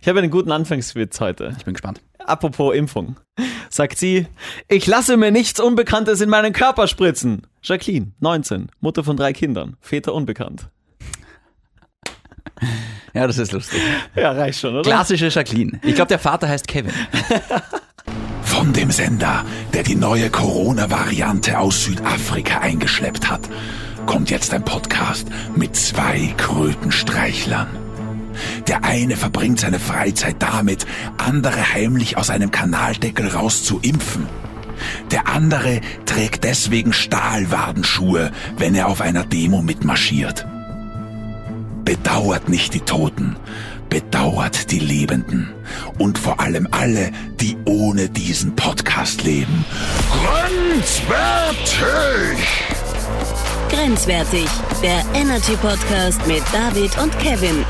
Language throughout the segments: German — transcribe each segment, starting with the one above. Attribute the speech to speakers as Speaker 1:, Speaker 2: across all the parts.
Speaker 1: Ich habe einen guten Anfangswitz heute.
Speaker 2: Ich bin gespannt.
Speaker 1: Apropos Impfung. Sagt sie, ich lasse mir nichts Unbekanntes in meinen Körper spritzen. Jacqueline, 19, Mutter von drei Kindern, Väter unbekannt.
Speaker 2: Ja, das ist lustig.
Speaker 1: Ja, reicht schon, oder?
Speaker 2: Klassische Jacqueline. Ich glaube, der Vater heißt Kevin.
Speaker 3: Von dem Sender, der die neue Corona-Variante aus Südafrika eingeschleppt hat, kommt jetzt ein Podcast mit zwei Krötenstreichlern. Der eine verbringt seine Freizeit damit, andere heimlich aus einem Kanaldeckel raus zu impfen. Der andere trägt deswegen Stahlwadenschuhe, wenn er auf einer Demo mitmarschiert. Bedauert nicht die Toten, bedauert die Lebenden und vor allem alle, die ohne diesen Podcast leben. Grenzwertig!
Speaker 4: Grenzwertig, der Energy Podcast mit David und Kevin.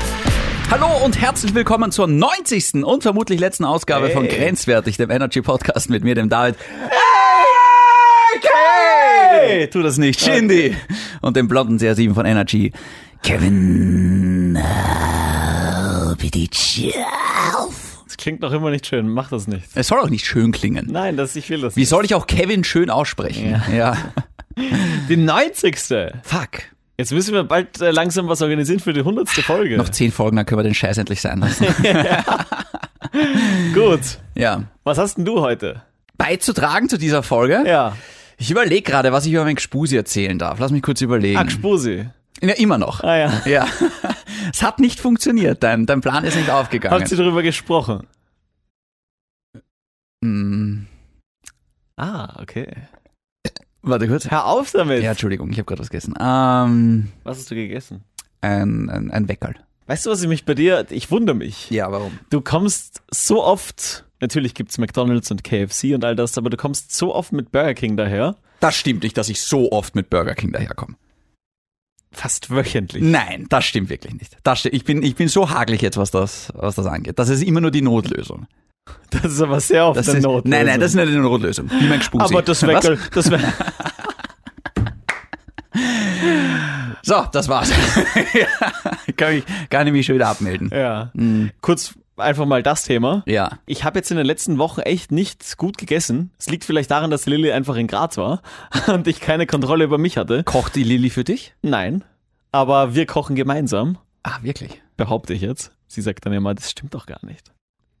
Speaker 2: Hallo und herzlich willkommen zur 90. und vermutlich letzten Ausgabe von Grenzwertig, dem Energy Podcast mit mir, dem David. Hey, tu das nicht, Shindy. Und dem blonden CR7 von Energy, Kevin.
Speaker 1: Das klingt noch immer nicht schön, mach das nicht.
Speaker 2: Es soll auch nicht schön klingen.
Speaker 1: Nein, das, ich will das
Speaker 2: Wie soll ich auch Kevin schön aussprechen? Ja.
Speaker 1: nicht. Die 90.
Speaker 2: Fuck.
Speaker 1: Jetzt müssen wir bald äh, langsam was organisieren für die 100. Folge.
Speaker 2: Noch zehn Folgen, dann können wir den Scheiß endlich sein lassen.
Speaker 1: Gut.
Speaker 2: ja.
Speaker 1: Was hast denn du heute?
Speaker 2: Beizutragen zu dieser Folge?
Speaker 1: Ja.
Speaker 2: Ich überlege gerade, was ich über meinen Gspusi erzählen darf. Lass mich kurz überlegen.
Speaker 1: Ach, Spusi.
Speaker 2: ja, immer noch.
Speaker 1: Ah ja.
Speaker 2: Ja. Es hat nicht funktioniert. Dein, dein Plan ist nicht aufgegangen.
Speaker 1: Habt ihr darüber gesprochen?
Speaker 2: Hm,
Speaker 1: Ah, okay.
Speaker 2: warte kurz.
Speaker 1: Hör auf damit.
Speaker 2: Ja, Entschuldigung, ich habe gerade was gegessen. Ähm,
Speaker 1: Was hast du gegessen?
Speaker 2: ein, ein, ein Weckerl.
Speaker 1: Weißt du, was ich mich bei dir, ich wundere mich.
Speaker 2: Ja, warum?
Speaker 1: Du kommst so oft, natürlich gibt's McDonalds und KFC und all das, aber du kommst so oft mit Burger King daher,
Speaker 2: Das stimmt nicht, dass ich so oft mit Burger King daherkomme.
Speaker 1: fast wöchentlich.
Speaker 2: Nein, das stimmt wirklich nicht. Das stimmt. Ich, bin, ich bin so hagelig jetzt, was das, was das angeht. Das ist immer nur die Notlösung.
Speaker 1: Das ist aber sehr oft
Speaker 2: Das
Speaker 1: eine
Speaker 2: ist,
Speaker 1: Not. also.
Speaker 2: Nein, nein, das ist nicht eine Notlösung. Wie mein Gspusi.
Speaker 1: aber das
Speaker 2: Was?
Speaker 1: Weckel, das Weckel.
Speaker 2: So, das war's. ja, kann mich gar nicht mich schon wieder abmelden.
Speaker 1: Ja. Kurz einfach mal das Thema.
Speaker 2: Ja.
Speaker 1: Ich habe jetzt in den letzten Wochen echt nicht gut gegessen. Es liegt vielleicht daran, dass Lilly einfach in Graz war und ich keine Kontrolle über mich hatte.
Speaker 2: Kocht die Lilly für dich?
Speaker 1: Nein. Aber wir kochen gemeinsam,
Speaker 2: Ah, wirklich?
Speaker 1: behaupte ich jetzt. Sie sagt dann immer, das stimmt doch gar nicht.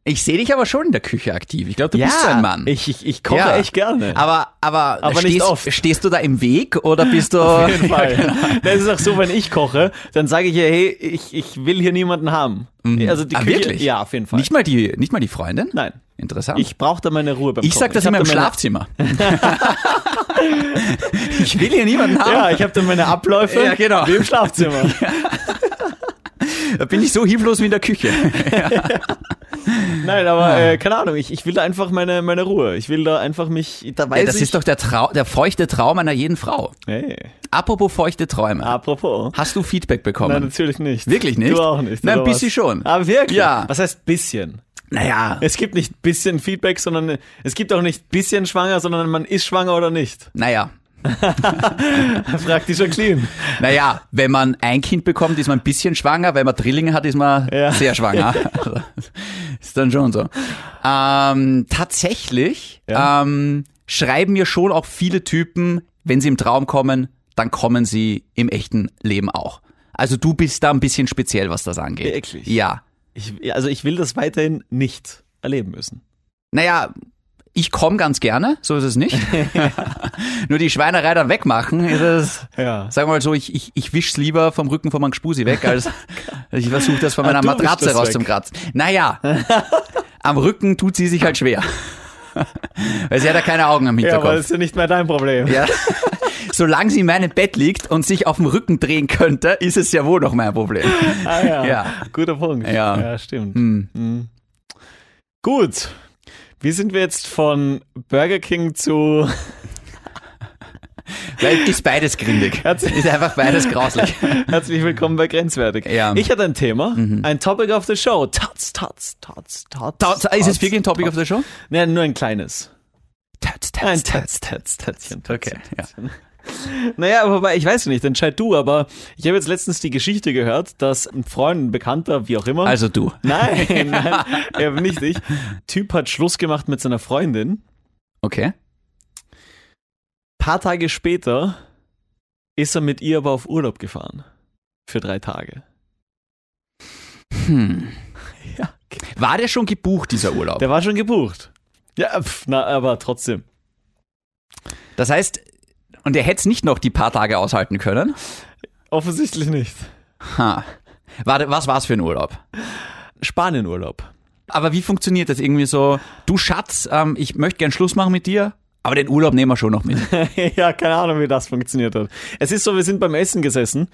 Speaker 2: Ich sehe dich aber schon in der Küche aktiv. Ich glaube, du bist so ein Mann.
Speaker 1: Ich, ich, ich koche
Speaker 2: Ja.
Speaker 1: echt gerne.
Speaker 2: aber aber,
Speaker 1: Aber nicht
Speaker 2: stehst,
Speaker 1: oft.
Speaker 2: stehst du da im Weg oder bist du
Speaker 1: Auf jeden Fall.
Speaker 2: genau.
Speaker 1: Das ist auch so, wenn ich koche, dann sage ich ihr, hey, ich, ich will hier niemanden haben. Also die
Speaker 2: Ah,
Speaker 1: Küche,
Speaker 2: wirklich?
Speaker 1: Ja, auf jeden Fall.
Speaker 2: nicht mal die nicht mal die Freundin?
Speaker 1: Nein.
Speaker 2: Interessant.
Speaker 1: Ich brauche da meine Ruhe beim
Speaker 2: ich
Speaker 1: Kochen.
Speaker 2: sag das
Speaker 1: hab
Speaker 2: immer im
Speaker 1: da meine-
Speaker 2: Schlafzimmer. ich will hier niemanden haben.
Speaker 1: Ja, ich habe dann meine Abläufe
Speaker 2: Ja, genau.
Speaker 1: wie im Schlafzimmer.
Speaker 2: Da bin ich so hilflos wie in der Küche.
Speaker 1: Nein, aber äh, keine Ahnung, ich, ich will da einfach meine, meine Ruhe. Ich will da einfach mich, da weiß
Speaker 2: Ja, das
Speaker 1: ich.
Speaker 2: ist doch der, Trau der feuchte Traum einer jeden Frau.
Speaker 1: hey,
Speaker 2: Apropos feuchte Träume.
Speaker 1: Ah. apropos.
Speaker 2: Hast du Feedback bekommen?
Speaker 1: Nein, natürlich nicht.
Speaker 2: Wirklich nicht?
Speaker 1: Du auch nicht.
Speaker 2: Nein, ein
Speaker 1: oder
Speaker 2: bisschen
Speaker 1: was?
Speaker 2: schon.
Speaker 1: Ah, wirklich?
Speaker 2: Ja.
Speaker 1: Was heißt bisschen?
Speaker 2: Naja,
Speaker 1: Es gibt nicht bisschen Feedback, sondern es gibt auch nicht bisschen schwanger, sondern man ist schwanger oder nicht.
Speaker 2: naja,
Speaker 1: Fragt die Jacqueline.
Speaker 2: naja, wenn man ein Kind bekommt, ist man ein bisschen schwanger, wenn man Drillinge hat, ist man
Speaker 1: Ja.
Speaker 2: sehr schwanger. Also, ist dann schon so. Ähm, tatsächlich
Speaker 1: Ja.
Speaker 2: ähm, schreiben mir schon auch viele Typen, wenn sie im Traum kommen, dann kommen sie im echten Leben auch. Also du bist da ein bisschen speziell, was das angeht.
Speaker 1: Wirklich?
Speaker 2: Ja.
Speaker 1: Ich, also ich will das weiterhin nicht erleben müssen.
Speaker 2: Naja, ich komme ganz gerne, so ist es nicht. Nur die Schweinerei dann wegmachen, ist es
Speaker 1: Ja.
Speaker 2: Sagen wir mal so, ich, ich, ich wisch's lieber vom Rücken von meinem Gspusi weg, als ich versuche das von
Speaker 1: Ah,
Speaker 2: meiner
Speaker 1: du wischst
Speaker 2: Matratze
Speaker 1: das
Speaker 2: raus
Speaker 1: weg.
Speaker 2: zum Kratzen. Naja, am Rücken tut sie sich halt schwer. Weil sie hat ja keine Augen am
Speaker 1: Ja, aber das
Speaker 2: Hinterkopf.
Speaker 1: ist ja nicht mehr dein Problem.
Speaker 2: Ja, Solange sie in meinem Bett liegt und sich auf dem Rücken drehen könnte, ist es ja wohl noch mein Problem.
Speaker 1: Ah, ja.
Speaker 2: Ja.
Speaker 1: Guter Punkt.
Speaker 2: Ja. Hm.
Speaker 1: stimmt. Mhm. Gut. Wie sind wir jetzt von Burger King zu
Speaker 2: Weil ist beides grindig.
Speaker 1: Herzlich-
Speaker 2: Ist einfach beides grauslich.
Speaker 1: herzlich willkommen bei Grenzwertig?
Speaker 2: Ja. Mhm.
Speaker 1: Ich hatte ein Thema, ein Topic of the Show. Tots, tots, tots, tots.
Speaker 2: Tots- Ah, Ist es wirklich ein Topic of the Show?
Speaker 1: Nein, nur ein kleines.
Speaker 2: Tots, tots,
Speaker 1: Ein
Speaker 2: tots.
Speaker 1: Tötz, Tötz, Tötzchen.
Speaker 2: Okay, ja.
Speaker 1: Tötzchen. Naja, wobei, ich weiß nicht, entscheid du, aber ich habe jetzt letztens die Geschichte gehört, dass ein Freund, ein Bekannter, wie auch immer.
Speaker 2: Also du.
Speaker 1: Nein, nein, ja, nicht ich. Typ hat Schluss gemacht mit seiner Freundin.
Speaker 2: Okay.
Speaker 1: Paar Tage später ist er mit ihr aber auf Urlaub gefahren. Für drei Tage.
Speaker 2: War der schon gebucht, dieser Urlaub?
Speaker 1: Der war schon gebucht. Ja, pf, na, aber trotzdem.
Speaker 2: Das heißt, und er hätte es nicht noch die paar Tage aushalten können.
Speaker 1: Offensichtlich nicht.
Speaker 2: Ha. Warte, was war's für ein Urlaub?
Speaker 1: Spanienurlaub.
Speaker 2: Aber wie funktioniert das irgendwie so? Du Schatz, ähm, ich möchte gern Schluss machen mit dir, aber den Urlaub nehmen wir schon noch mit.
Speaker 1: ja, keine Ahnung, wie das funktioniert hat. Es ist so, wir sind beim Essen gesessen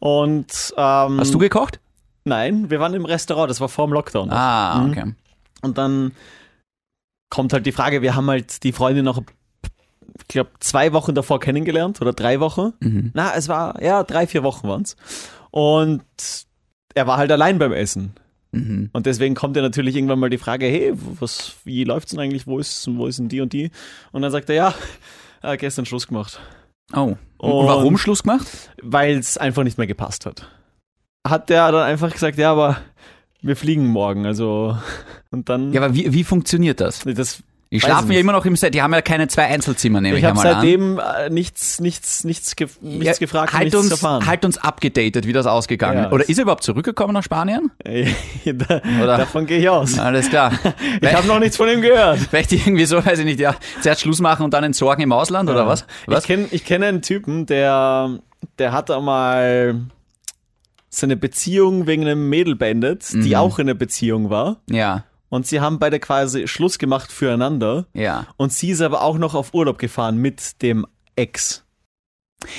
Speaker 1: und ähm,
Speaker 2: Hast du gekocht?
Speaker 1: nein, wir waren im Restaurant, das war vor dem Lockdown. Mhm.
Speaker 2: Ah, okay.
Speaker 1: Und dann kommt halt die Frage, wir haben halt die Freundin noch, ich glaube, zwei Wochen davor kennengelernt oder drei Wochen. Na, es war, ja, drei, vier Wochen waren es. Und er war halt allein beim Essen. Und deswegen kommt ja natürlich irgendwann mal die Frage, hey, was, wie läuft's denn eigentlich, wo ist, wo ist denn die und die? Und dann sagt er, ja, äh, gestern Schluss gemacht,
Speaker 2: Oh. Und,
Speaker 1: Und-
Speaker 2: warum Schluss gemacht?
Speaker 1: weil es einfach nicht mehr gepasst hat. Hat der dann einfach gesagt, ja, aber wir fliegen morgen, also, und dann,
Speaker 2: Ja, aber wie, wie funktioniert das?
Speaker 1: das
Speaker 2: Die
Speaker 1: weiß
Speaker 2: schlafen
Speaker 1: nicht.
Speaker 2: ja immer noch im Set. Die haben ja keine zwei Einzelzimmer, nehme ich,
Speaker 1: Ich habe
Speaker 2: einmal an.
Speaker 1: seitdem äh, nichts, nichts, nichts, ge nichts
Speaker 2: Ja,
Speaker 1: gefragt und
Speaker 2: halt
Speaker 1: nichts
Speaker 2: uns,
Speaker 1: erfahren.
Speaker 2: Halt uns abgedatet, wie das ausgegangen
Speaker 1: Ja,
Speaker 2: ist. Oder
Speaker 1: das-
Speaker 2: ist er überhaupt zurückgekommen nach Spanien?
Speaker 1: da,
Speaker 2: Oder-
Speaker 1: davon gehe ich aus.
Speaker 2: Alles klar.
Speaker 1: Ich habe noch nichts von ihm gehört.
Speaker 2: Vielleicht irgendwie so, weiß ich nicht, ja, zuerst Schluss machen und dann entsorgen im Ausland oder was?
Speaker 1: Ich
Speaker 2: Was?
Speaker 1: kenne ich kenn einen Typen, der, der hat einmal seine Beziehung wegen einem Mädel beendet,
Speaker 2: Mhm.
Speaker 1: die auch in einer Beziehung war.
Speaker 2: Ja,
Speaker 1: Und sie haben beide quasi Schluss gemacht füreinander.
Speaker 2: ja.
Speaker 1: Und sie ist aber auch noch auf Urlaub gefahren mit dem Ex.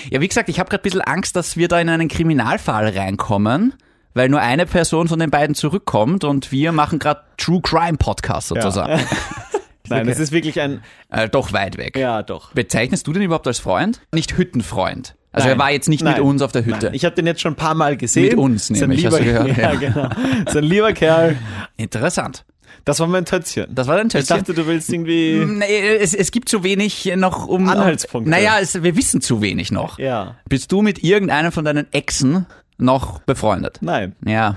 Speaker 2: Ja, wie gesagt, ich habe gerade ein bisschen Angst, dass wir da in einen Kriminalfall reinkommen, weil nur eine Person von den beiden zurückkommt und wir machen gerade True Crime Podcast sozusagen.
Speaker 1: Nein, das ist wirklich ein.
Speaker 2: Äh, doch weit weg.
Speaker 1: Ja, doch.
Speaker 2: Bezeichnest du den überhaupt als Freund? Nicht Hüttenfreund. Also
Speaker 1: Nein.
Speaker 2: er war jetzt nicht mit
Speaker 1: Nein.
Speaker 2: uns auf der Hütte.
Speaker 1: Ich habe den jetzt schon ein paar Mal gesehen.
Speaker 2: Mit uns
Speaker 1: Ist ein
Speaker 2: nämlich, hast du
Speaker 1: lieber-
Speaker 2: gehört,
Speaker 1: Ja,
Speaker 2: ja.
Speaker 1: genau. Ist ein lieber Kerl.
Speaker 2: Interessant.
Speaker 1: Das war mein Tötzchen.
Speaker 2: Das war dein
Speaker 1: ich
Speaker 2: Tötzchen.
Speaker 1: dachte, du willst irgendwie.
Speaker 2: Nee, es, es gibt zu wenig noch um.
Speaker 1: Anhaltspunkte.
Speaker 2: Naja, es, wir wissen zu wenig noch.
Speaker 1: Ja,
Speaker 2: Bist du mit irgendeinem von deinen Exen noch befreundet?
Speaker 1: nein.
Speaker 2: Ja.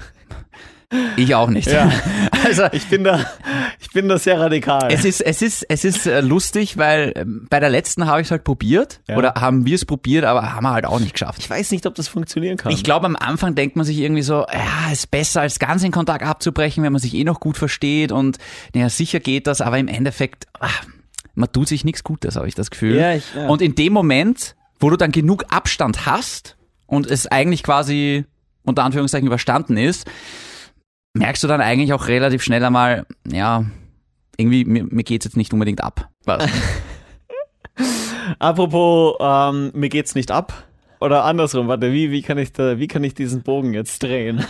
Speaker 2: Ich auch nicht.
Speaker 1: Ja.
Speaker 2: Also,
Speaker 1: Ich bin da, ich bin da sehr radikal.
Speaker 2: Es ist, es ist, es ist äh, lustig, weil ähm, bei der letzten habe ich es halt probiert
Speaker 1: Ja.
Speaker 2: oder haben wir es probiert, aber haben wir halt auch nicht geschafft.
Speaker 1: ich weiß nicht, ob das funktionieren kann.
Speaker 2: Ich glaube, am Anfang denkt man sich irgendwie so, ja, ist besser, als ganz in Kontakt abzubrechen, wenn man sich eh noch gut versteht und naja, sicher geht das, aber im Endeffekt, ach, man tut sich nichts Gutes, habe ich das Gefühl.
Speaker 1: Ja, ich- ja.
Speaker 2: Und in dem Moment, wo du dann genug Abstand hast und es eigentlich quasi unter Anführungszeichen überstanden ist, merkst du dann eigentlich auch relativ schnell einmal, ja, irgendwie, mir, mir geht's jetzt nicht unbedingt ab. Was?
Speaker 1: Apropos, ähm, mir geht's nicht ab. Oder andersrum, warte, wie, wie, kann ich da, wie kann ich diesen Bogen jetzt drehen?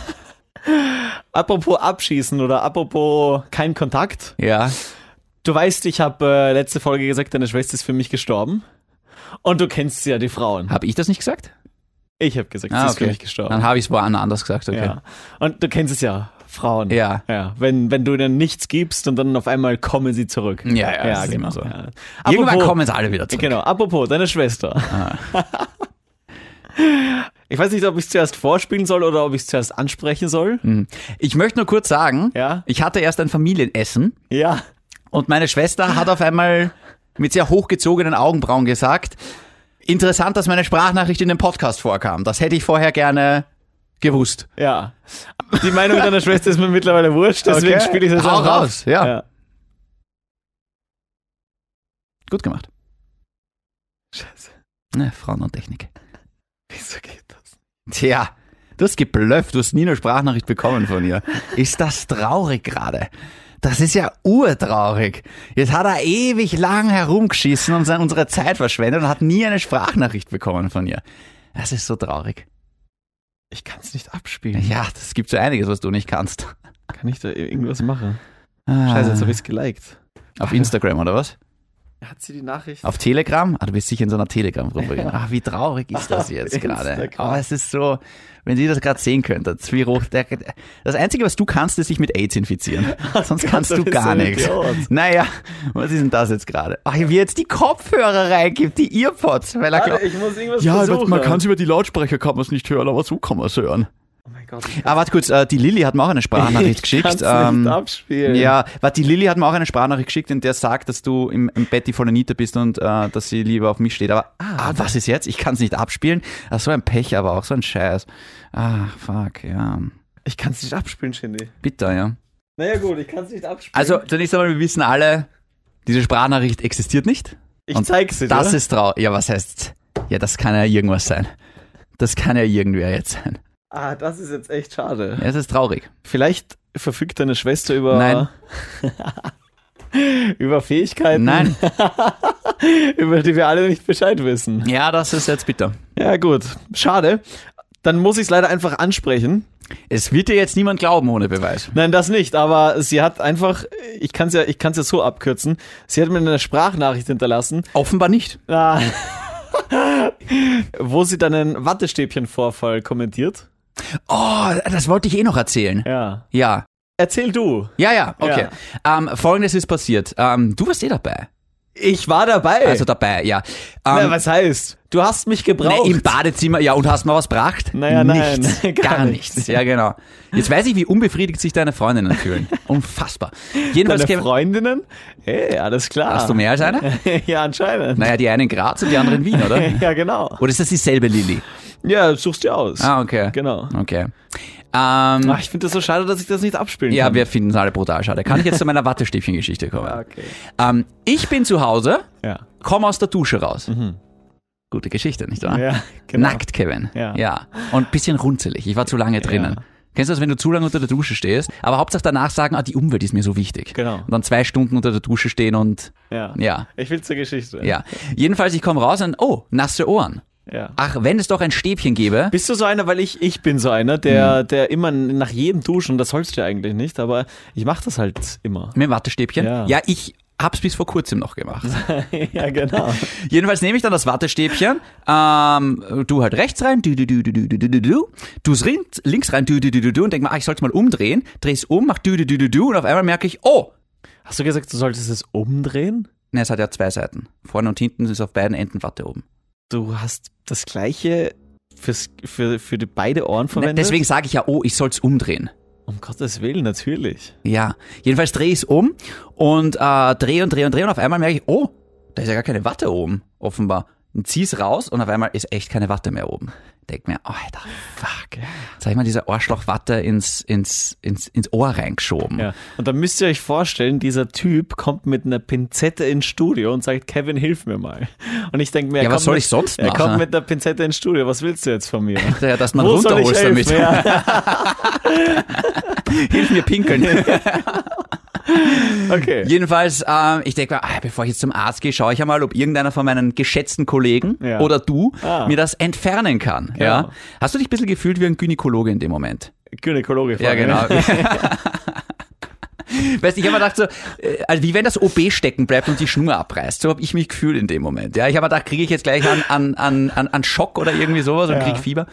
Speaker 1: apropos abschießen oder apropos kein Kontakt.
Speaker 2: ja.
Speaker 1: Du weißt, ich habe äh, letzte Folge gesagt, deine Schwester ist für mich gestorben. Und du kennst ja die Frauen.
Speaker 2: Habe ich das nicht gesagt? Ah,
Speaker 1: Ich habe gesagt, sie ist für mich gestorben.
Speaker 2: Dann habe ich es woanders anders gesagt, okay.
Speaker 1: Ja. Und du kennst es ja, Frauen.
Speaker 2: Ja.
Speaker 1: ja. Wenn, wenn du dann nichts gibst und dann auf einmal kommen sie zurück.
Speaker 2: Ja, ja, das ist immer so.
Speaker 1: Ja.
Speaker 2: Irgendwann
Speaker 1: Apropos-
Speaker 2: kommen es alle wieder zurück.
Speaker 1: Genau, apropos, deine Schwester.
Speaker 2: Ah.
Speaker 1: ich weiß nicht, ob ich es zuerst vorspielen soll oder ob ich es zuerst ansprechen soll.
Speaker 2: Hm. Ich möchte nur kurz sagen,
Speaker 1: Ja.
Speaker 2: ich hatte erst ein Familienessen
Speaker 1: Ja.
Speaker 2: und meine Schwester hat auf einmal mit sehr hochgezogenen Augenbrauen gesagt, interessant, dass meine Sprachnachricht in dem Podcast vorkam. Das hätte ich vorher gerne gewusst.
Speaker 1: Ja. Die Meinung deiner Schwester ist mir mittlerweile wurscht, deswegen
Speaker 2: Okay.
Speaker 1: spiele ich das
Speaker 2: Hau
Speaker 1: auch ab.
Speaker 2: raus, ja.
Speaker 1: ja.
Speaker 2: Gut gemacht.
Speaker 1: Scheiße,
Speaker 2: Ne, Frauen und Technik.
Speaker 1: wieso geht das?
Speaker 2: Tja, du hast geblufft, du hast nie eine Sprachnachricht bekommen von ihr. Ist das traurig gerade? Das ist ja urtraurig. Jetzt hat er ewig lang herumgeschissen und seine- unsere Zeit verschwendet und hat nie eine Sprachnachricht bekommen von ihr. Das ist so traurig.
Speaker 1: Ich kann es nicht abspielen.
Speaker 2: Ja, das gibt so einiges, was du nicht kannst. Ah.
Speaker 1: Kann ich da irgendwas machen? Scheiße, jetzt habe ich es geliked.
Speaker 2: Auf Instagram oder was?
Speaker 1: Hat sie die Nachricht?
Speaker 2: Auf Telegram? Ah, du bist sicher in so einer Telegram-Gruppe. Ach, wie traurig ist das jetzt gerade?
Speaker 1: Instagram.
Speaker 2: Aber es ist so, wenn ihr das gerade sehen könntet, wie hoch der, Das Einzige, was du kannst, ist dich mit AIDS infizieren. Sonst
Speaker 1: Gott,
Speaker 2: kannst
Speaker 1: du
Speaker 2: du
Speaker 1: bist
Speaker 2: gar
Speaker 1: so ein
Speaker 2: nichts.
Speaker 1: Idiot.
Speaker 2: Naja, was ist denn das jetzt gerade? Ach, wie jetzt die Kopfhörer reingibt, die Earpods. Weil er glaubt,
Speaker 1: Warte, ich muss irgendwas
Speaker 2: ja, aber
Speaker 1: versuchen.
Speaker 2: man kann es über die Lautsprecher kann man es nicht hören, aber so kann man es hören.
Speaker 1: Oh mein Gott.
Speaker 2: Ah, warte kurz, äh, die Lilly hat mir auch eine Sprachnachricht
Speaker 1: Ich
Speaker 2: geschickt. ähm,
Speaker 1: kann's nicht abspielen.
Speaker 2: Ja, warte, die Lilly hat mir auch eine Sprachnachricht geschickt, in der sagt, dass du im, im Bett die volle Niete bist und äh, dass sie lieber auf mich steht. Aber ah, was ist jetzt? Ich kann es nicht abspielen. Ach, so ein Pech, aber auch so ein Scheiß. Ah, fuck, ja.
Speaker 1: Ich kann es nicht abspielen, Shindy.
Speaker 2: Bitter, ja.
Speaker 1: Naja, gut, ich kann es nicht abspielen.
Speaker 2: Also, zunächst einmal, wir wissen alle, diese Sprachnachricht existiert nicht.
Speaker 1: ich
Speaker 2: und
Speaker 1: zeig's dir.
Speaker 2: Das
Speaker 1: oder?
Speaker 2: ist traurig. Ja, was heißt? Ja, das kann ja irgendwas sein. Das kann ja irgendwer jetzt sein.
Speaker 1: ah, das ist jetzt echt schade.
Speaker 2: Ja, es ist traurig.
Speaker 1: Vielleicht verfügt deine Schwester über.
Speaker 2: Nein.
Speaker 1: über Fähigkeiten,
Speaker 2: Nein.
Speaker 1: über die wir alle nicht Bescheid wissen.
Speaker 2: Ja, das ist jetzt bitter.
Speaker 1: Ja, gut. Schade. Dann muss ich es leider einfach ansprechen.
Speaker 2: Es wird dir jetzt niemand glauben ohne Beweis.
Speaker 1: Nein, das nicht, aber sie hat einfach, ich kann es ja, ich kann's ja so abkürzen, sie hat mir eine Sprachnachricht hinterlassen,
Speaker 2: Offenbar nicht.
Speaker 1: ah, wo sie dann einen Wattestäbchenvorfall kommentiert.
Speaker 2: Oh, das wollte ich eh noch erzählen.
Speaker 1: Ja.
Speaker 2: Ja.
Speaker 1: Erzähl du.
Speaker 2: Ja, ja, okay. Ähm, Folgendes ist passiert. Ähm, du warst eh dabei.
Speaker 1: Ich war dabei.
Speaker 2: Also dabei, ja.
Speaker 1: Na,
Speaker 2: Ähm,
Speaker 1: was heißt? Du hast mich gebraucht.
Speaker 2: nee, Im Badezimmer, ja, und hast mal was gebracht?
Speaker 1: Naja, nein,
Speaker 2: nichts,
Speaker 1: gar
Speaker 2: gar
Speaker 1: nichts.
Speaker 2: nichts. Ja, genau. Jetzt weiß ich, wie unbefriedigt sich deine Freundinnen fühlen. Unfassbar. Jedenfalls
Speaker 1: Deine
Speaker 2: käme-
Speaker 1: Freundinnen? Hey, alles klar.
Speaker 2: Hast du mehr als eine?
Speaker 1: ja, anscheinend.
Speaker 2: Naja, die eine in Graz und die andere in Wien, oder?
Speaker 1: Ja, genau.
Speaker 2: Oder ist das dieselbe Lilly?
Speaker 1: Ja, suchst dir aus.
Speaker 2: Ah, okay.
Speaker 1: Genau.
Speaker 2: Okay. Ähm,
Speaker 1: Ach, ich finde das so schade, dass ich das nicht abspielen
Speaker 2: ja,
Speaker 1: kann. Ah,
Speaker 2: wir finden es alle brutal schade. Kann ich jetzt zu meiner Wattestäbchen-Geschichte kommen?
Speaker 1: Okay.
Speaker 2: Ähm, ich bin zu Hause,
Speaker 1: Ja.
Speaker 2: komme aus der Dusche raus. Gute Geschichte, nicht wahr?
Speaker 1: Mhm. Ja, genau.
Speaker 2: Nackt, Kevin.
Speaker 1: Ja.
Speaker 2: Und ein bisschen runzelig. Ich war zu lange drinnen. Kennst du das, wenn du zu lange unter der Dusche stehst? Aber Hauptsache danach sagen, ah, die Umwelt ist mir so wichtig.
Speaker 1: Genau.
Speaker 2: Und dann zwei Stunden unter der Dusche stehen und
Speaker 1: Ja.
Speaker 2: ja,
Speaker 1: Ich will zur Geschichte.
Speaker 2: ja. Jedenfalls, ich komme raus und oh, nasse Ohren.
Speaker 1: ja.
Speaker 2: Ach, wenn es doch ein Stäbchen gäbe.
Speaker 1: Bist du so einer, weil ich, ich bin so einer,
Speaker 2: Mhm.
Speaker 1: der, der immer nach jedem Duschen, das sollst du ja eigentlich nicht, aber ich mache das halt immer.
Speaker 2: Mit dem Wattestäbchen?
Speaker 1: Ja.
Speaker 2: ja, ich hab's bis vor kurzem noch gemacht.
Speaker 1: ja, genau.
Speaker 2: Jedenfalls nehme ich dann das Wattestäbchen, ähm, du halt rechts rein, du, du, du, du, du, du, du, du, du, du links, links rein, du, du, du, du, du, und denk mal, ah, ich sollte mal umdrehen, dreh's um, mach du, du, du, du, du, und auf einmal merke ich, oh,
Speaker 1: Hast du gesagt, du solltest es umdrehen?
Speaker 2: ne, es hat ja zwei Seiten. Vorne und hinten ist auf beiden Enden Watte oben.
Speaker 1: Du hast das gleiche fürs, für, für die beide Ohren
Speaker 2: Ne,
Speaker 1: verwendet?
Speaker 2: deswegen sage ich ja, oh, ich soll's umdrehen.
Speaker 1: Um Gottes Willen, natürlich.
Speaker 2: Ja, jedenfalls drehe ich's um und äh, dreh und dreh und dreh und auf einmal merke ich, oh, da ist ja gar keine Watte oben, offenbar. Und zieh's raus und auf einmal ist echt keine Watte mehr oben. Denk mir, alter, fuck. Jetzt hab ich mal diese Ohrschlauchwatte ins, ins, ins, ins Ohr reingeschoben.
Speaker 1: Ja. Und dann müsst ihr euch vorstellen, dieser Typ kommt mit einer Pinzette ins Studio und sagt, Kevin, hilf mir mal. Und ich denke mir, er
Speaker 2: Ja, was
Speaker 1: kommt
Speaker 2: soll
Speaker 1: mit,
Speaker 2: ich sonst
Speaker 1: Er
Speaker 2: machen?
Speaker 1: kommt mit einer Pinzette ins Studio, was willst du jetzt von mir?
Speaker 2: Ja, dass man
Speaker 1: Wo soll ich
Speaker 2: runterholst damit.
Speaker 1: helfen? Ja.
Speaker 2: Hilf mir pinkeln.
Speaker 1: Okay.
Speaker 2: Jedenfalls, ähm, ich denke mir, ah, bevor ich jetzt zum Arzt gehe, schaue ich einmal, ob irgendeiner von meinen geschätzten Kollegen
Speaker 1: Ja.
Speaker 2: oder du
Speaker 1: Ah.
Speaker 2: mir das entfernen kann. Ja.
Speaker 1: Ja.
Speaker 2: Hast du dich ein bisschen gefühlt wie ein Gynäkologe in dem Moment?
Speaker 1: Gynäkologe
Speaker 2: Ja,
Speaker 1: fragen,
Speaker 2: genau. Weißt du, ich habe mir gedacht, so, äh, also wie wenn das OB stecken bleibt und die Schnur abreißt. So habe ich mich gefühlt in dem Moment. Ja, ich habe mir gedacht, kriege ich jetzt gleich an, an, an, an, an Schock oder irgendwie sowas und
Speaker 1: Ja.
Speaker 2: krieg Fieber.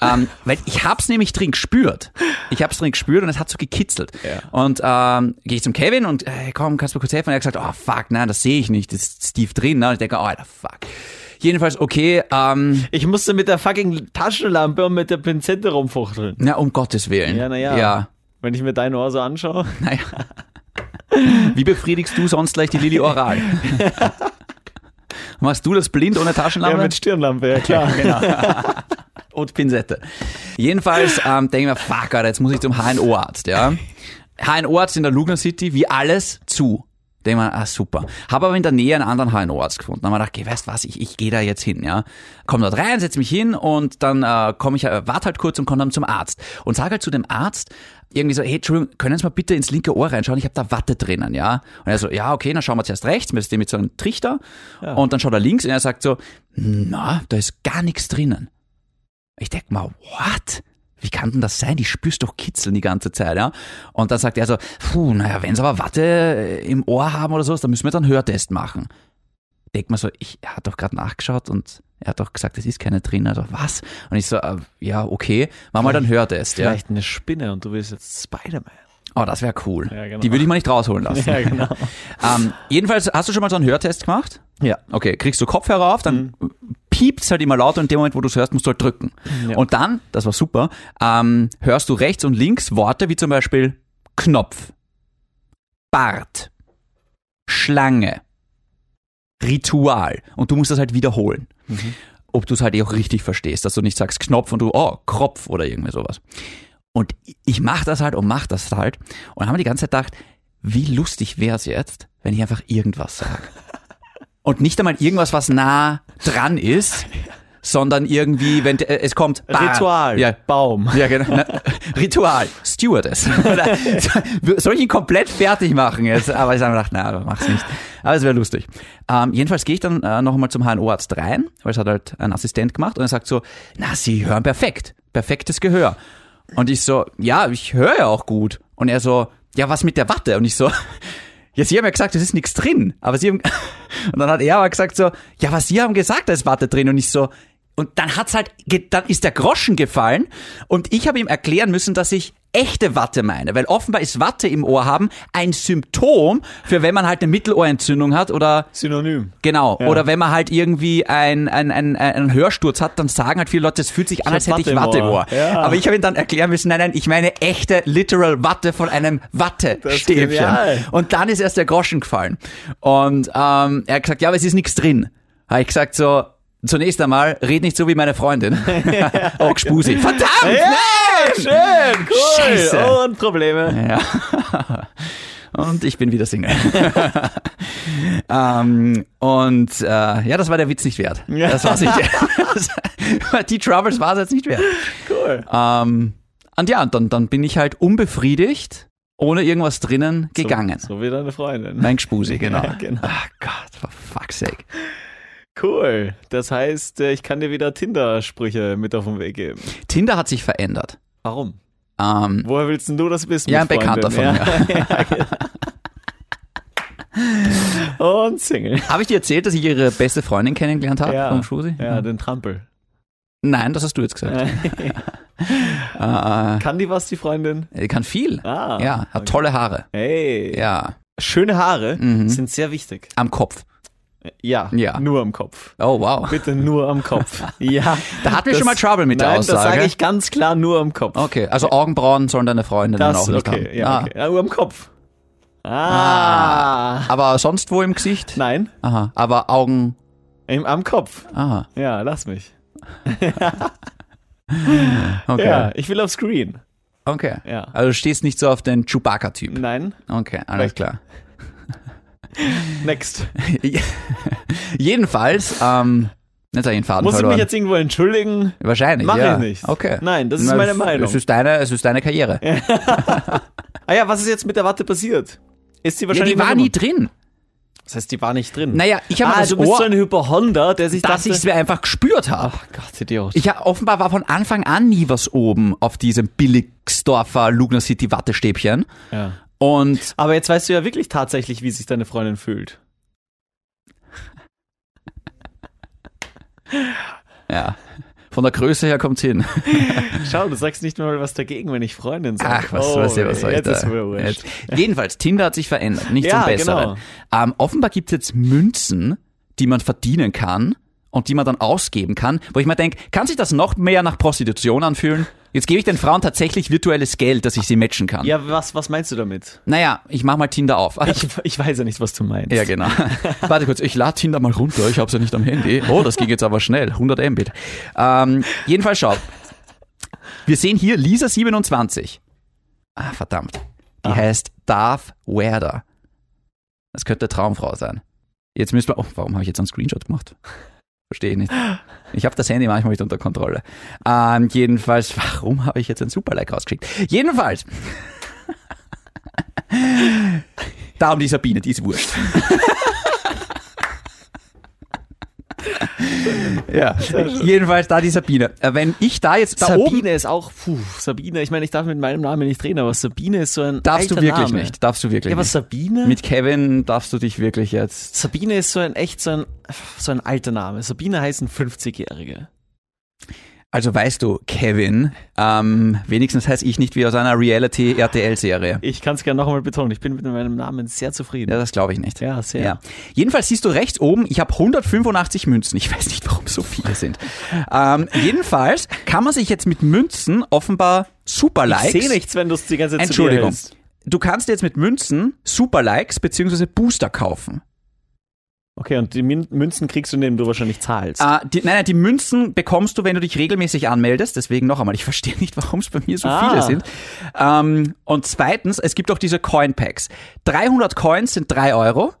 Speaker 2: Ähm, weil ich hab's nämlich drin gespürt. Ich hab's drin gespürt und es hat so gekitzelt.
Speaker 1: Ja.
Speaker 2: Und ähm, gehe ich zum Kevin und äh, komm, kannst du mir kurz helfen? Und er hat gesagt, oh fuck, nein, das sehe ich nicht. Das ist Steve drin. Ne? Und ich denke, oh, Alter, fuck. Jedenfalls, okay, ähm,
Speaker 1: Ich musste mit der fucking Taschenlampe und mit der Pinzette rumfuchteln.
Speaker 2: na, um Gottes Willen.
Speaker 1: Ja, naja.
Speaker 2: Ja,
Speaker 1: Wenn ich mir dein Ohr so anschaue.
Speaker 2: naja. Wie befriedigst du sonst gleich die Lilly oral? Machst du das blind ohne Taschenlampe?
Speaker 1: Ja, mit Stirnlampe, ja klar.
Speaker 2: und Pinzette. Jedenfalls ähm, denke ich mir, fuck, Alter, jetzt muss ich zum HNO-Arzt, ja. HNO-Arzt in der Lugner City, wie alles zu. Denke mir, ah, super. Habe aber in der Nähe einen anderen HNO-Arzt gefunden. Habe mir gedacht, geh, weißt was, ich, ich gehe da jetzt hin, ja. Komm dort rein, setz mich hin und dann äh, komme ich, äh, warte halt kurz und komme dann zum Arzt. Und sage halt zu dem Arzt, irgendwie so, hey, Entschuldigung, können Sie mal bitte ins linke Ohr reinschauen? Ich habe da Watte drinnen, ja. Und er so, ja, okay, dann schauen wir zuerst rechts, mit dem mit so einem Trichter. Und dann schaut er links und er sagt so, na, da ist gar nichts drinnen. Ich denk mal, what? Wie kann denn das sein? Die spürst doch kitzeln die ganze Zeit, ja? Und dann sagt er so, puh, naja, wenn sie aber Watte äh, im Ohr haben oder sowas, dann müssen wir dann Hörtest machen. denke mir so, ich er hat doch gerade nachgeschaut und er hat doch gesagt, es ist keine drin. Also was? Und ich so, äh, ja, okay. Mama, dann hört er es. Ja.
Speaker 1: Vielleicht eine Spinne und du willst jetzt Spider-Man.
Speaker 2: Oh, das wäre cool.
Speaker 1: Ja, genau.
Speaker 2: Die würde ich mal nicht rausholen lassen.
Speaker 1: Ja, genau.
Speaker 2: ähm, jedenfalls, hast du schon mal so einen Hörtest gemacht?
Speaker 1: Ja.
Speaker 2: Okay, kriegst du Kopfhörer auf, dann
Speaker 1: Mhm.
Speaker 2: piept's halt immer lauter und in dem Moment, wo du es hörst, musst du halt drücken.
Speaker 1: Ja.
Speaker 2: Und dann, das war super, ähm, hörst du rechts und links Worte wie zum Beispiel Knopf, Bart, Schlange, Ritual. Und du musst das halt wiederholen. Ob du es halt eh auch richtig verstehst, dass du nicht sagst Knopf und du, oh, Kropf oder irgendwie sowas. Und ich mach das halt und mach das halt und habe mir die ganze Zeit gedacht, wie lustig wäre es jetzt, wenn ich einfach irgendwas sage. Und nicht einmal irgendwas, was nah dran ist, sondern irgendwie, wenn äh, es kommt. bah.
Speaker 1: Ritual.
Speaker 2: Ja,
Speaker 1: Baum.
Speaker 2: ja, genau. Na, Ritual. Stewardess. Oder so- Soll ich ihn komplett fertig machen jetzt? Aber ich habe mir gedacht, na, mach's nicht. Aber es wäre lustig. Ähm, jedenfalls gehe ich dann äh, noch einmal zum HNO-Arzt rein, weil es hat halt ein Assistent gemacht und er sagt so, na, Sie hören perfekt. Perfektes Gehör. Und ich so, ja, ich höre ja auch gut. Und er so, ja, was mit der Watte? Und ich so, ja, Sie haben ja gesagt, es ist nichts drin. Aber Sie haben, und dann hat er aber gesagt so, ja, was Sie haben gesagt, da ist Watte drin. Und ich so, und dann hat's halt, ge- dann ist der Groschen gefallen. Und ich habe ihm erklären müssen, dass ich echte Watte meine. Weil offenbar ist Watte im Ohr haben ein Symptom für wenn man halt eine Mittelohrentzündung hat oder
Speaker 1: Synonym.
Speaker 2: Genau.
Speaker 1: Ja.
Speaker 2: Oder wenn man halt irgendwie ein, ein, ein, einen Hörsturz hat, dann sagen halt viele Leute, es fühlt sich an, als
Speaker 1: hab
Speaker 2: hätte ich Watte
Speaker 1: Watte
Speaker 2: im
Speaker 1: im
Speaker 2: Ohr.
Speaker 1: Ohr. Ja.
Speaker 2: Aber ich habe ihm dann erklären müssen, nein, nein, ich meine echte, literal Watte von einem Wattestäbchen.
Speaker 1: genial.
Speaker 2: Und dann ist erst der Groschen gefallen. Und ähm, er hat gesagt, ja, aber es ist nichts drin. Habe ich gesagt so, zunächst einmal, red nicht so wie meine Freundin. oh, Spusi. Verdammt! nein!
Speaker 1: Schön, cool.
Speaker 2: Scheiße.
Speaker 1: Und Probleme.
Speaker 2: Ja. Und ich bin wieder Single. ähm, und äh, ja, das war der Witz nicht wert. Das war's nicht. Das- Die Troubles war es jetzt nicht wert.
Speaker 1: Cool.
Speaker 2: Ähm, und ja, und dann, dann bin ich halt unbefriedigt, ohne irgendwas drinnen gegangen.
Speaker 1: So, so wie deine Freundin.
Speaker 2: Mein Gspusi, genau.
Speaker 1: Ja, genau.
Speaker 2: Ach Gott, for fuck's sake.
Speaker 1: Cool. Das heißt, äh, ich kann dir wieder Tinder-Sprüche mit auf den Weg geben.
Speaker 2: Tinder hat sich verändert.
Speaker 1: Warum?
Speaker 2: Ähm,
Speaker 1: Woher willst denn du das wissen?
Speaker 2: ja, ein
Speaker 1: mit Freundin?
Speaker 2: Bekannter von mir.
Speaker 1: Ja. Und Single.
Speaker 2: Habe ich dir erzählt, dass ich ihre beste Freundin kennengelernt habe
Speaker 1: Ja.
Speaker 2: vom Spusi?
Speaker 1: Ja, den Trampel.
Speaker 2: Nein, das hast du jetzt gesagt. Äh,
Speaker 1: kann die was, die Freundin?
Speaker 2: Er kann viel.
Speaker 1: Ah.
Speaker 2: ja, hat tolle Haare.
Speaker 1: Hey.
Speaker 2: Ja,
Speaker 1: Schöne Haare sind sehr wichtig.
Speaker 2: am Kopf.
Speaker 1: Ja,
Speaker 2: Ja.
Speaker 1: nur am Kopf.
Speaker 2: Oh, wow.
Speaker 1: Bitte nur am Kopf. ja.
Speaker 2: Da hatten wir
Speaker 1: das-
Speaker 2: schon mal Trouble mit der
Speaker 1: Nein, das
Speaker 2: Aussage.
Speaker 1: sage ich ganz klar nur am Kopf.
Speaker 2: Okay, also Augenbrauen sollen deine Freunde dann auch
Speaker 1: Das,
Speaker 2: nicht
Speaker 1: okay,
Speaker 2: haben.
Speaker 1: ja,
Speaker 2: Ah,
Speaker 1: okay. Ja, nur am Kopf. Ah.
Speaker 2: Aber sonst wo im Gesicht?
Speaker 1: Nein,
Speaker 2: Aha, aber Augen...
Speaker 1: im, am Kopf.
Speaker 2: Aha,
Speaker 1: Ja, lass mich.
Speaker 2: okay.
Speaker 1: Ja, ich will aufs Screen.
Speaker 2: okay.
Speaker 1: Ja.
Speaker 2: Also du stehst nicht so auf den Chewbacca-Typ.
Speaker 1: Nein,
Speaker 2: Okay, alles
Speaker 1: Weg.
Speaker 2: klar.
Speaker 1: next.
Speaker 2: Jedenfalls, ähm... Jetzt habe ich den Faden
Speaker 1: Muss ich
Speaker 2: verloren.
Speaker 1: mich jetzt irgendwo entschuldigen?
Speaker 2: Wahrscheinlich,
Speaker 1: Mach
Speaker 2: ja.
Speaker 1: ich nicht.
Speaker 2: Okay.
Speaker 1: Nein, das ist
Speaker 2: Na,
Speaker 1: meine
Speaker 2: es-
Speaker 1: Meinung.
Speaker 2: Es ist deine, es ist deine Karriere.
Speaker 1: Ah ja, was ist jetzt mit der Watte passiert? Ist sie
Speaker 2: ja,
Speaker 1: wahrscheinlich
Speaker 2: die war
Speaker 1: noch
Speaker 2: nie
Speaker 1: immer-
Speaker 2: drin.
Speaker 1: Das heißt, die war nicht drin.
Speaker 2: Naja, ich habe
Speaker 1: ah,
Speaker 2: das
Speaker 1: du bist
Speaker 2: Ohr-
Speaker 1: so ein Hyperhonda, der sich
Speaker 2: Dass
Speaker 1: dachte,
Speaker 2: ich es mir einfach gespürt habe.
Speaker 1: Gott, Idiot.
Speaker 2: Ich ja, offenbar war von Anfang an nie was oben auf diesem Billigsdorfer Lugner City Wattestäbchen.
Speaker 1: Ja.
Speaker 2: Und
Speaker 1: Aber jetzt weißt du ja wirklich tatsächlich, wie sich deine Freundin fühlt.
Speaker 2: ja, von der Größe her kommt's hin.
Speaker 1: Schau, du sagst nicht mal was dagegen, wenn ich Freundin sage.
Speaker 2: Ach, was,
Speaker 1: oh,
Speaker 2: was, was soll ich
Speaker 1: jetzt
Speaker 2: da?
Speaker 1: Ist mir wurscht.
Speaker 2: Jetzt- Jedenfalls, Tinder hat sich verändert, nicht
Speaker 1: Ja,
Speaker 2: zum Besseren.
Speaker 1: genau.
Speaker 2: Ähm, offenbar gibt's jetzt Münzen, die man verdienen kann und die man dann ausgeben kann, wo ich mir denke, kann sich das noch mehr nach Prostitution anfühlen? Jetzt gebe ich den Frauen tatsächlich virtuelles Geld, dass ich sie matchen kann.
Speaker 1: Ja, was, was meinst du damit?
Speaker 2: Naja, ich mach mal Tinder auf.
Speaker 1: Ich, ich weiß ja nicht, was du meinst.
Speaker 2: Ja, genau. Warte kurz, ich lade Tinder mal runter, ich hab's ja nicht am Handy. Oh, das ging jetzt aber schnell, 100 Mbit. Ähm, jedenfalls schau. Wir sehen hier Lisa27. Ah, verdammt. Die heißt Darth Werder. Das könnte Traumfrau sein. Jetzt müssen wir. Oh, warum habe ich jetzt einen Screenshot gemacht? Verstehe ich nicht. Ich habe das Handy manchmal nicht unter Kontrolle. Ähm, jedenfalls, warum habe ich jetzt ein Super-Like rausgeschickt? Jedenfalls. Darum um die Sabine, die ist wurscht. Ja, Äh, jedenfalls da die Sabine. Äh, Wenn ich da jetzt da
Speaker 1: Sabine
Speaker 2: oben
Speaker 1: ist auch, puh, Sabine, ich meine, ich darf mit meinem Namen nicht reden, aber Sabine ist so ein
Speaker 2: darfst
Speaker 1: alter
Speaker 2: du wirklich
Speaker 1: Name.
Speaker 2: nicht, darfst du wirklich
Speaker 1: Ja, aber
Speaker 2: nicht.
Speaker 1: Sabine?
Speaker 2: Mit Kevin darfst du dich wirklich jetzt.
Speaker 1: Sabine ist so ein echt so ein, so ein alter Name. Sabine heißen 50-Jährige.
Speaker 2: Also weißt du, Kevin, ähm, wenigstens heißt ich nicht wie aus einer Reality RTL Serie.
Speaker 1: Ich kann es gerne nochmal betonen. Ich bin mit meinem Namen sehr zufrieden.
Speaker 2: Ja, das glaube ich nicht.
Speaker 1: Ja, sehr.
Speaker 2: Ja. Jedenfalls siehst du rechts oben, ich habe 185 Münzen. Ich weiß nicht, warum so viele sind. ähm, jedenfalls kann man sich jetzt mit Münzen offenbar super
Speaker 1: Ich
Speaker 2: Likes.
Speaker 1: sehe nichts, wenn du es die ganze Zeit
Speaker 2: Entschuldigung.
Speaker 1: Zu dir hältst.
Speaker 2: Du kannst jetzt mit Münzen Super Likes bzw. Booster kaufen.
Speaker 1: okay, und die Min Münzen kriegst du, indem du wahrscheinlich zahlst.
Speaker 2: Äh, die, nein, nein, die Münzen bekommst du, wenn du dich regelmäßig anmeldest. Deswegen noch einmal, ich verstehe nicht, warum es bei mir so
Speaker 1: Ah.
Speaker 2: viele sind. Ähm, und zweitens, es gibt auch diese Coin Packs. 300 Coins sind 3 Euro.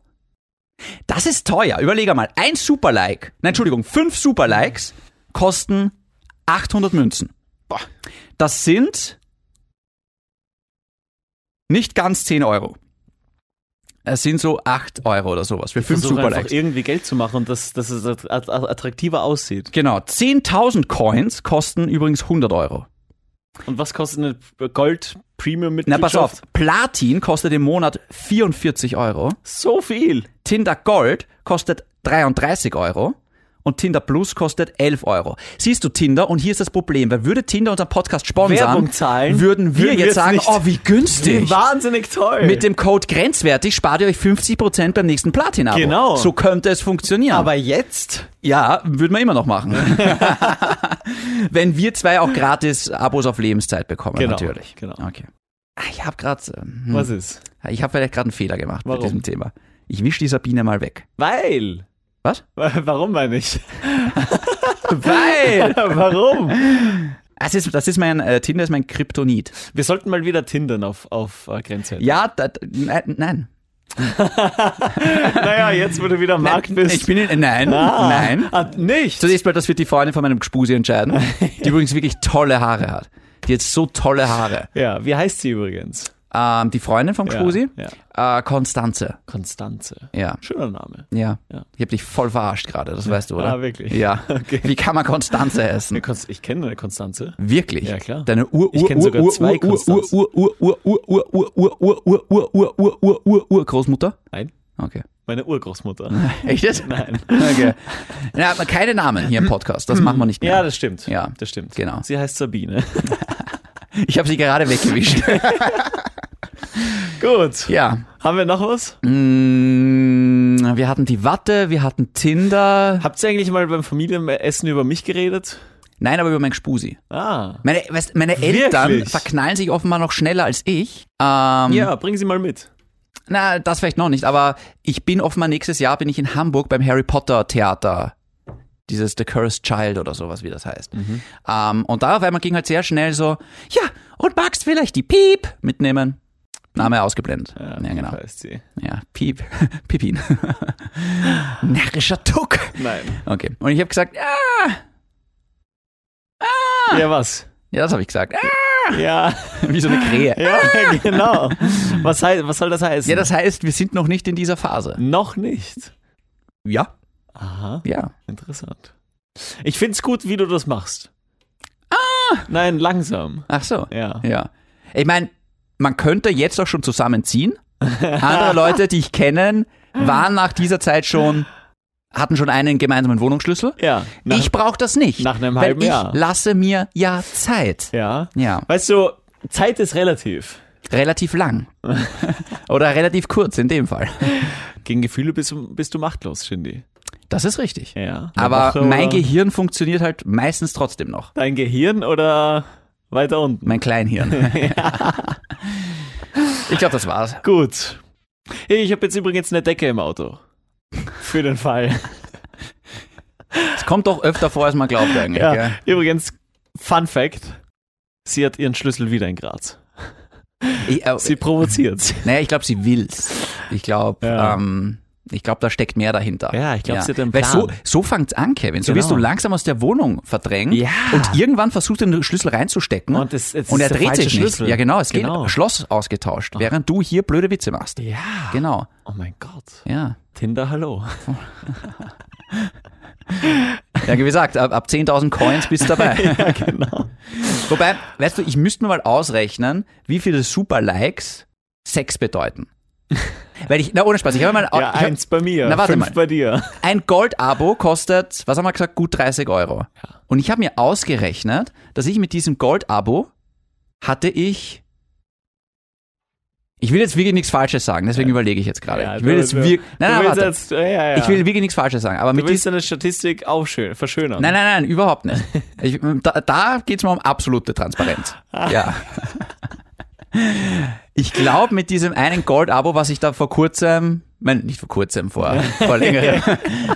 Speaker 2: Das ist teuer. Überleg einmal, ein Super Like, nein, Entschuldigung, fünf Super Likes kosten 800 Münzen. Das sind nicht ganz 10 Euro. Es sind so 8 Euro oder sowas für 5
Speaker 1: Versuch
Speaker 2: Super
Speaker 1: einfach
Speaker 2: Likes.
Speaker 1: irgendwie Geld zu machen, dass, dass es att- att- attraktiver aussieht.
Speaker 2: Genau, 10.000 Coins kosten übrigens 100 Euro.
Speaker 1: Und was kostet eine Gold-Premium-Mitgliedschaft?
Speaker 2: Na, pass auf, Platin kostet im Monat 44 Euro,
Speaker 1: So viel!
Speaker 2: Tinder Gold kostet 33 Euro und Tinder Plus kostet 11 Euro. Siehst du Tinder, und hier ist das Problem, weil würde Tinder unseren Podcast sponsern,
Speaker 1: Werbung zahlen,
Speaker 2: würden
Speaker 1: würden
Speaker 2: wir
Speaker 1: wir
Speaker 2: jetzt
Speaker 1: jetzt
Speaker 2: sagen,
Speaker 1: nicht-
Speaker 2: oh, wie günstig.
Speaker 1: Wahnsinnig toll!
Speaker 2: Mit dem Code grenzwertig spart ihr euch 50% beim nächsten Platin-Abo.
Speaker 1: Genau.
Speaker 2: So könnte es funktionieren.
Speaker 1: Aber jetzt?
Speaker 2: Ja, würden wir immer noch machen. Wenn wir zwei auch gratis Abos auf Lebenszeit bekommen,
Speaker 1: Genau,
Speaker 2: natürlich.
Speaker 1: genau.
Speaker 2: Okay. Ah, Ich habe gerade, hm,
Speaker 1: Was ist?
Speaker 2: ich habe vielleicht gerade einen Fehler gemacht
Speaker 1: Warum?
Speaker 2: mit diesem Thema. Ich wisch die Sabine mal weg.
Speaker 1: Weil!
Speaker 2: Was?
Speaker 1: Warum meine ich?
Speaker 2: Weil!
Speaker 1: Warum?
Speaker 2: Das ist, das ist mein, äh, Tinder ist mein Kryptonit.
Speaker 1: Wir sollten mal wieder tindern auf, auf äh, Grenze.
Speaker 2: Ja, da, nein, nein.
Speaker 1: Naja, jetzt wo du wieder am Markt bist.
Speaker 2: Ich bin, in, nein,
Speaker 1: ah,
Speaker 2: nein.
Speaker 1: Ah, nicht.
Speaker 2: Zunächst mal, das wird die Freundin von meinem Gspusi entscheiden, die übrigens wirklich tolle Haare hat. Die hat so tolle Haare.
Speaker 1: Ja, wie heißt sie übrigens?
Speaker 2: Ähm, die Freundin vom
Speaker 1: Ja,
Speaker 2: Gspusi? Äh, Konstanze.
Speaker 1: Konstanze.
Speaker 2: Ja.
Speaker 1: Schöner Name.
Speaker 2: Ja.
Speaker 1: Ja.
Speaker 2: Ich habe dich voll verarscht gerade, das weißt du, oder?
Speaker 1: Ah, wirklich?
Speaker 2: Ja. Wie kann man Konstanze
Speaker 1: Ja,
Speaker 2: essen?
Speaker 1: Konst- Ich kenne eine Konstanze.
Speaker 2: Wirklich?
Speaker 1: Ja, klar.
Speaker 2: Deine Ur
Speaker 1: Ich
Speaker 2: Ur
Speaker 1: kenn
Speaker 2: Ur
Speaker 1: sogar
Speaker 2: Ur
Speaker 1: zwei
Speaker 2: Ur Ur
Speaker 1: Konstanzen.
Speaker 2: Ur Ur Ur Ur Ur Ur Ur Ur Ur Ur Ur Ur Ur Ur Ur Großmutter?
Speaker 1: Nein,
Speaker 2: Okay.
Speaker 1: meine Urgroßmutter.
Speaker 2: Echt jetzt?
Speaker 1: Nein.
Speaker 2: Okay. Na, aber keine Namen hier im Podcast, das machen wir nicht mehr.
Speaker 1: Ja, das stimmt.
Speaker 2: Ja,
Speaker 1: das stimmt.
Speaker 2: genau.
Speaker 1: Sie heißt Sabine.
Speaker 2: Ich habe sie gerade weggewischt.
Speaker 1: Gut.
Speaker 2: ja. Mhm.
Speaker 1: Haben wir noch was?
Speaker 2: Mm, Wir hatten die Watte, wir hatten Tinder.
Speaker 1: Habt ihr eigentlich mal beim Familienessen über mich geredet?
Speaker 2: Nein, aber über mein Gspusi.
Speaker 1: Ah.
Speaker 2: Meine, weißt, meine Eltern
Speaker 1: Wirklich?
Speaker 2: verknallen sich offenbar noch schneller als ich. Ähm,
Speaker 1: Ja, bring sie mal mit.
Speaker 2: Na, das vielleicht noch nicht, aber ich bin offenbar nächstes Jahr bin ich in Hamburg beim Harry Potter Theater. Dieses The Cursed Child oder sowas, wie das heißt. Ähm, und da auf einmal ging halt sehr schnell so, ja, und magst vielleicht die Piep mitnehmen. Name ausgeblendet. Ja, genau.
Speaker 1: Heißt sie.
Speaker 2: Ja, Piep. Pipin. Närrischer Tuck.
Speaker 1: Nein.
Speaker 2: Okay. Und ich habe gesagt, ah,
Speaker 1: Ja, was?
Speaker 2: ja, das habe ich gesagt. Ah,
Speaker 1: Ja,
Speaker 2: wie so eine Krähe.
Speaker 1: ja genau. Was, hei- was soll das heißen?
Speaker 2: Ah. Ja, das heißt, wir sind noch nicht in dieser Phase.
Speaker 1: noch nicht.
Speaker 2: Ja.
Speaker 1: Aha.
Speaker 2: Ja.
Speaker 1: Interessant. Ich find's gut, wie du das machst. Ah! Nein, langsam.
Speaker 2: Ach so.
Speaker 1: Ja.
Speaker 2: Ja. Ich meine, man könnte jetzt auch schon zusammenziehen. Andere Leute, die ich kenne, waren nach dieser Zeit schon, hatten schon einen gemeinsamen Wohnungsschlüssel.
Speaker 1: Ja. Nach,
Speaker 2: ich brauche das nicht.
Speaker 1: nach einem
Speaker 2: weil
Speaker 1: halben
Speaker 2: ich
Speaker 1: Jahr.
Speaker 2: lasse mir ja Zeit.
Speaker 1: ja.
Speaker 2: Ja,
Speaker 1: Weißt du, Zeit ist relativ.
Speaker 2: relativ lang. Oder relativ kurz in dem Fall.
Speaker 1: Gegen Gefühle bist, du- bist du machtlos, Shindy.
Speaker 2: Das ist richtig.
Speaker 1: Ja.
Speaker 2: Aber
Speaker 1: Woche
Speaker 2: mein
Speaker 1: oder-
Speaker 2: Gehirn funktioniert halt meistens trotzdem noch.
Speaker 1: Dein Gehirn oder weiter unten?
Speaker 2: Mein Kleinhirn. ich glaube, das war's.
Speaker 1: Gut. Hey, ich habe jetzt übrigens eine Decke im Auto. Für den Fall.
Speaker 2: Es kommt doch öfter vor, als man glaubt eigentlich.
Speaker 1: Ja.
Speaker 2: Gell?
Speaker 1: Übrigens, Fun Fact: Sie hat ihren Schlüssel wieder in Graz.
Speaker 2: Ich, äh,
Speaker 1: Sie provoziert.
Speaker 2: Naja, ich glaube, sie will's. Ich glaube,
Speaker 1: Ja.
Speaker 2: ähm, ich glaube, da steckt mehr dahinter.
Speaker 1: Ja, ich glaub, sie hat einen
Speaker 2: Weil so,
Speaker 1: Plan.
Speaker 2: so fängt's an, Kevin. So
Speaker 1: Genau.
Speaker 2: wirst du langsam aus der Wohnung verdrängt
Speaker 1: Ja.
Speaker 2: und irgendwann versucht du den Schlüssel reinzustecken
Speaker 1: Und es- es
Speaker 2: und
Speaker 1: ist
Speaker 2: er
Speaker 1: der
Speaker 2: dreht
Speaker 1: falsche
Speaker 2: sich nicht.
Speaker 1: Schlüssel.
Speaker 2: Ja, genau, es
Speaker 1: Genau.
Speaker 2: geht Schloss ausgetauscht, während du hier blöde Witze machst.
Speaker 1: Ja.
Speaker 2: Genau.
Speaker 1: Oh mein Gott.
Speaker 2: Ja.
Speaker 1: Tinder, hallo.
Speaker 2: Ja, wie gesagt, ab, ab 10.000 Coins bist du dabei.
Speaker 1: genau.
Speaker 2: Wobei, weißt du, ich müsste mir mal ausrechnen, wie viele Super-Likes Sex bedeuten. Weil ich, na ohne Spaß, ich habe mal
Speaker 1: Ja,
Speaker 2: Oh, ich hab-
Speaker 1: eins bei mir,
Speaker 2: Na, warte
Speaker 1: fünf
Speaker 2: mal.
Speaker 1: bei dir.
Speaker 2: ein Gold-Abo kostet, was haben wir gesagt, gut 30 Euro. Und ich habe mir ausgerechnet, dass ich mit diesem Gold-Abo hatte ich. Ich will jetzt wirklich nichts Falsches sagen, deswegen überlege ich jetzt gerade.
Speaker 1: Ja,
Speaker 2: ich will
Speaker 1: du-
Speaker 2: jetzt
Speaker 1: du-
Speaker 2: wirklich.
Speaker 1: du
Speaker 2: Nein, nein,
Speaker 1: willst
Speaker 2: warte.
Speaker 1: jetzt- ja, ja, ja.
Speaker 2: Ich will wirklich nichts Falsches sagen, aber
Speaker 1: Du
Speaker 2: mit diesem.
Speaker 1: willst deine Statistik aufschön, verschönern.
Speaker 2: Nein, nein, nein, überhaupt nicht. Ich, da da geht es mir um absolute Transparenz. Ja. Ich glaube, mit diesem einen Gold-Abo, was ich da vor kurzem, nein, nicht vor kurzem, vor, vor längerem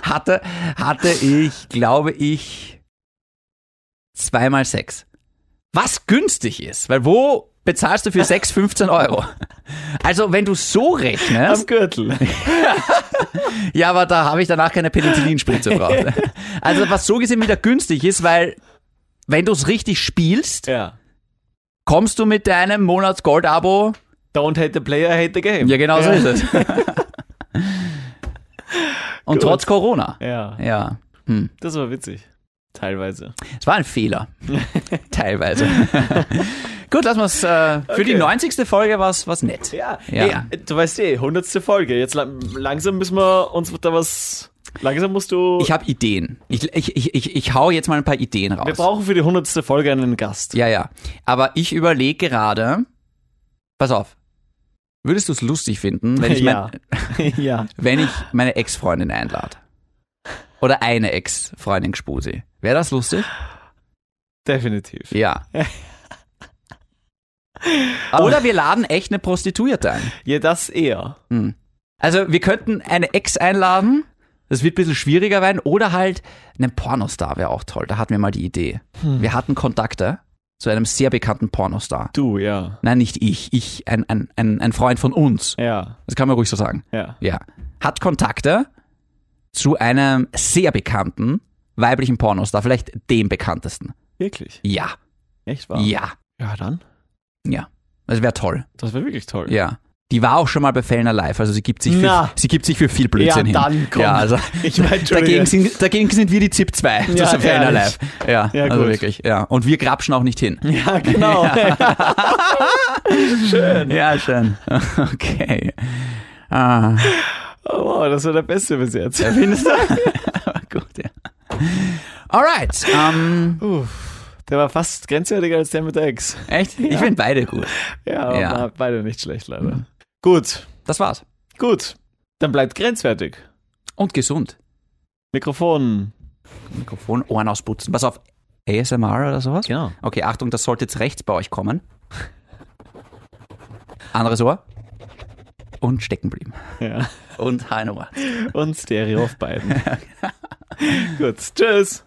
Speaker 2: hatte, hatte ich, glaube ich, zweimal Sex. Was günstig ist, weil wo bezahlst du für Sex 15 Euro? Also, wenn du so rechnest.
Speaker 1: Am Gürtel.
Speaker 2: Ja, aber da habe ich danach keine Penicillinspritze braucht. Also was so gesehen wieder günstig ist, weil wenn du es richtig spielst,
Speaker 1: ja.
Speaker 2: kommst du mit deinem Monats Gold-Abo.
Speaker 1: Don't hate the player, hate the game.
Speaker 2: Ja, genau so ist es. Und trotz Corona.
Speaker 1: Ja,
Speaker 2: Ja,
Speaker 1: das war witzig. Teilweise.
Speaker 2: es war ein Fehler. Teilweise. Gut, lassen wir es. Äh, für die 90. Folge war es nett.
Speaker 1: Ja,
Speaker 2: Ja.
Speaker 1: Ey, du weißt eh, 100. Folge. Jetzt lang, langsam müssen wir uns da was. Langsam musst du.
Speaker 2: Ich habe Ideen. Ich, ich, ich, ich, ich hau jetzt mal ein paar Ideen raus.
Speaker 1: wir brauchen für die 100. Folge einen Gast.
Speaker 2: Ja, ja. Aber ich überlege gerade, pass auf, würdest du es lustig finden, wenn ich, mein,
Speaker 1: ja. ja.
Speaker 2: wenn ich meine Ex-Freundin einlade? Oder eine Ex-Freundin Spusi. Wäre das lustig?
Speaker 1: definitiv.
Speaker 2: Ja. Oder wir laden echt eine Prostituierte ein.
Speaker 1: Ja, das eher.
Speaker 2: Also wir könnten eine Ex einladen, das wird ein bisschen schwieriger werden, oder halt einen Pornostar wäre auch toll. Da hatten wir mal die Idee. Wir hatten Kontakte zu einem sehr bekannten Pornostar.
Speaker 1: Du, ja.
Speaker 2: Nein, nicht ich. Ich, ein, ein, ein, ein Freund von uns.
Speaker 1: Ja,
Speaker 2: Das kann man ruhig so sagen.
Speaker 1: ja.
Speaker 2: Ja. Hat Kontakte zu einem sehr bekannten weiblichen Pornostar, vielleicht dem bekanntesten.
Speaker 1: Wirklich.
Speaker 2: Ja.
Speaker 1: Echt wahr?
Speaker 2: Ja.
Speaker 1: Ja, dann.
Speaker 2: Ja. Das wäre toll.
Speaker 1: Das wäre wirklich toll.
Speaker 2: Ja. Die war auch schon mal bei Fellner Live, also sie gibt sich, für,
Speaker 1: Na.
Speaker 2: sie gibt sich für viel Blödsinn hin.
Speaker 1: Ja, dann komm.
Speaker 2: Ja, also
Speaker 1: Ich meine,
Speaker 2: dagegen
Speaker 1: Entschuldige.
Speaker 2: sind, dagegen sind wir die ZIP 2 zu
Speaker 1: Ja,
Speaker 2: Fellner Live.
Speaker 1: ehrlich.
Speaker 2: Ja,
Speaker 1: Ja,
Speaker 2: also
Speaker 1: gut.
Speaker 2: wirklich. Ja. Und wir grapschen auch nicht hin.
Speaker 1: Ja, genau. ne.
Speaker 2: Ja, schön. Okay. Ah.
Speaker 1: Oh, wow, das war der Beste bis jetzt.
Speaker 2: Findest du? Gut, ja. Alright. Ähm,
Speaker 1: Der war fast grenzwertiger als der mit der Ex.
Speaker 2: echt? Ich finde beide gut.
Speaker 1: Ja, Mhm. aber
Speaker 2: Ja.
Speaker 1: war beide nicht schlecht, leider. Gut,
Speaker 2: Das war's.
Speaker 1: gut. Dann bleibt grenzwertig.
Speaker 2: Und gesund.
Speaker 1: Mikrofon.
Speaker 2: Mikrofon, Ohren ausputzen. Pass auf. ASMR oder sowas?
Speaker 1: Genau.
Speaker 2: Okay, Achtung, das sollte jetzt rechts bei euch kommen. Anderes Ohr. Und stecken blieben.
Speaker 1: Ja.
Speaker 2: Und ein Ohr.
Speaker 1: Und Stereo auf beiden. gut, tschüss.